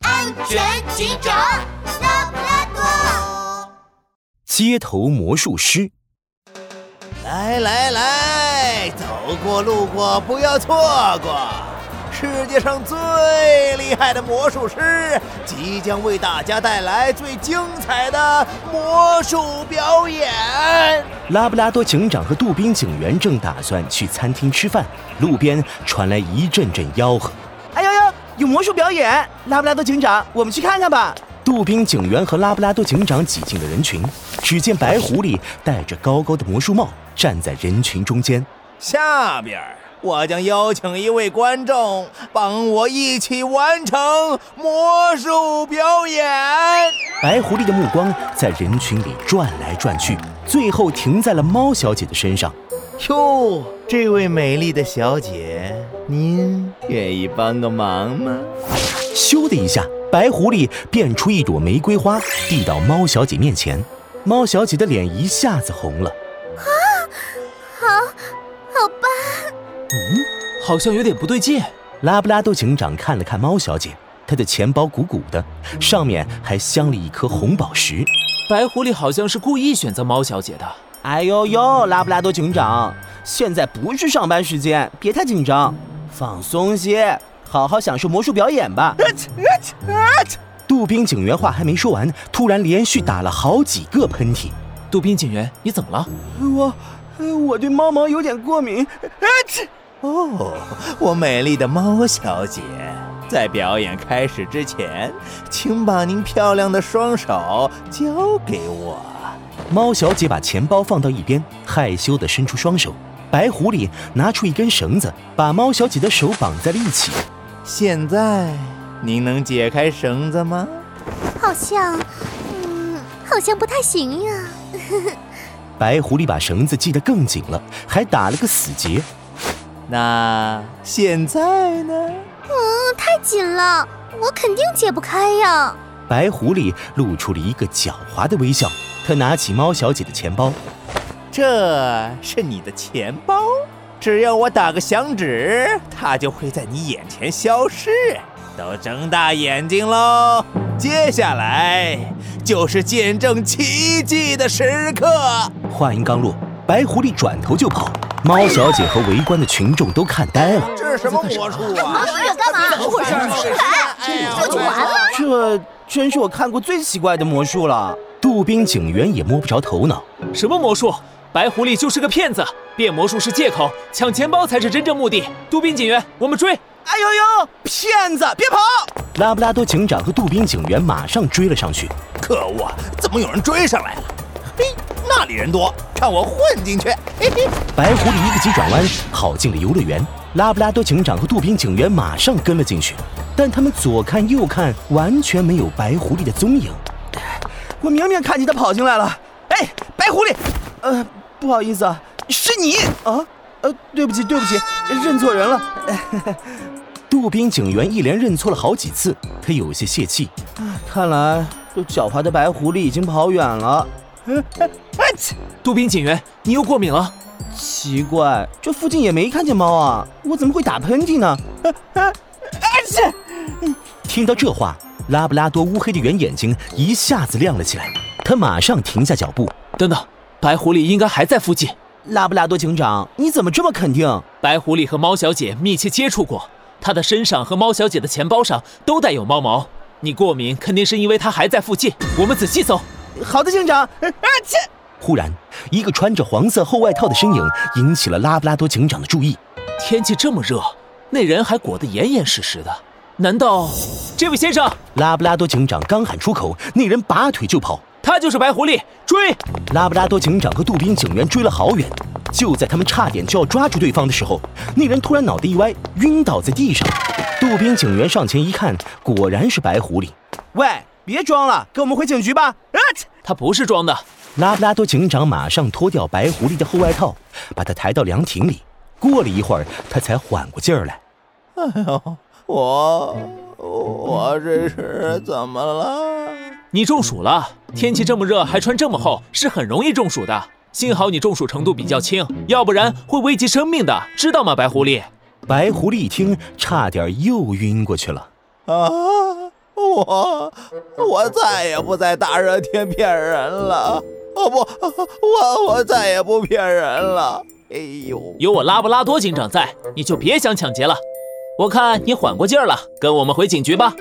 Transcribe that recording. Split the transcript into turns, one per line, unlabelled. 安全警长拉布拉多。
街头魔术师，
来来来，走过路过不要错过！世界上最厉害的魔术师即将为大家带来最精彩的魔术表演。
拉布拉多警长和杜宾警员正打算去餐厅吃饭，路边传来一阵阵吆喝。
哎呦呦，有魔术表演！拉布拉多警长，我们去看看吧。
杜宾警员和拉布拉多警长挤进了人群，只见白狐狸戴着高高的魔术帽站在人群中间。
下边儿我将邀请一位观众帮我一起完成魔术表演。
白狐狸的目光在人群里转来转去，最后停在了猫小姐的身上。
哟，这位美丽的小姐，您愿意帮个忙吗？
咻的一下，白狐狸变出一朵玫瑰花，递到猫小姐面前。猫小姐的脸一下子红了。
好吧，
好像有点不对劲。
拉布拉多警长看了看猫小姐，她的钱包鼓鼓的，上面还镶了一颗红宝石。
白狐狸好像是故意选择猫小姐的。
哎呦呦，拉布拉多警长，现在不是上班时间，别太紧张，放松些，好好享受魔术表演吧。
杜宾警员话还没说完，突然连续打了好几个喷嚏。
杜宾警员，你怎么了？
哎我，我对猫毛有点过敏。
哦，我美丽的猫小姐，在表演开始之前，请把您漂亮的双手交给我。
猫小姐把钱包放到一边，害羞地伸出双手。白狐狸拿出一根绳子，把猫小姐的手绑在了一起。
现在，您能解开绳子吗？
好像，嗯，好像不太行呀。
白狐狸把绳子系得更紧了，还打了个死结。
那现在呢？
嗯，太紧了，我肯定解不开呀。
白狐狸露出了一个狡猾的微笑，他拿起猫小姐的钱包。
这是你的钱包，只要我打个响指，它就会在你眼前消失。都睁大眼睛喽！接下来就是见证奇迹的时刻。
话音刚落，白狐狸转头就跑，猫小姐和围观的群众都看呆了。
这是什么魔术啊？
这干嘛？怎么回事？这就完了。
这真是我看过最奇怪的魔术了。
杜宾警员也摸不着头脑。
什么魔术？白狐狸就是个骗子，变魔术是借口，抢钱包才是真正目的。杜宾警员，我们追！
哎呦呦，骗子，别跑！
拉布拉多警长和杜宾警员马上追了上去。
可恶，啊怎么有人追上来了？嘿，那里人多，看我混进去！嘿嘿，
白狐狸一个急转弯跑进了游乐园，拉布拉多警长和杜宾警员马上跟了进去，但他们左看右看，完全没有白狐狸的踪影。
我明明看见他跑进来了。哎，白狐狸，呃，不好意思啊，是你啊？呃，对不起，对不起，认错人了。
杜宾警员一连认错了好几次，他有些泄气。啊
看来这狡猾的白狐狸已经跑远 了。
杜宾警员，你又过敏了？
奇怪，这附近也没看见猫啊，我怎么会打喷嚏 呢？
听哎到这话，拉布拉多乌黑的圆眼睛一下子亮了起来，他马上停下脚步。
等等，白狐狸应该还在附近。
拉布拉多警长，你怎么这么肯定？
白狐狸和猫小姐密切接触过，她的身上和猫小姐的钱包上都带有猫毛。你过敏肯定是因为她还在附近。我们仔细搜。
好的，警长。啊切！
忽然，一个穿着黄色厚外套的身影引起了拉布拉多警长的注意。
天气这么热，那人还裹得严严实实的，难道这位先生
拉布拉多警长刚喊出口，那人拔腿就跑。
他就是白狐狸？追！
拉布拉多警长和杜宾警员追了好远，就在他们差点就要抓住对方的时候，那人突然脑袋一歪，晕倒在地上。杜宾警员上前一看，果然是白狐狸。
喂，别装了，跟我们回警局吧。啊切！
他不是装的。
拉布拉多警长马上脱掉白狐狸的厚外套，把它抬到凉亭里。过了一会儿，他才缓过劲儿来。
我我这是怎么了？
你中暑了，天气这么热还穿这么厚，是很容易中暑的。幸好你中暑程度比较轻，要不然会危及生命的，知道吗，白狐狸？
白狐狸一听，差点又晕过去了。
啊，我我再也不在大热天骗人了。哦不，我我再也不骗人了。哎呦，
有我拉布拉多警长在，你就别想抢劫了。我看你缓过劲儿了，跟我们回警局吧。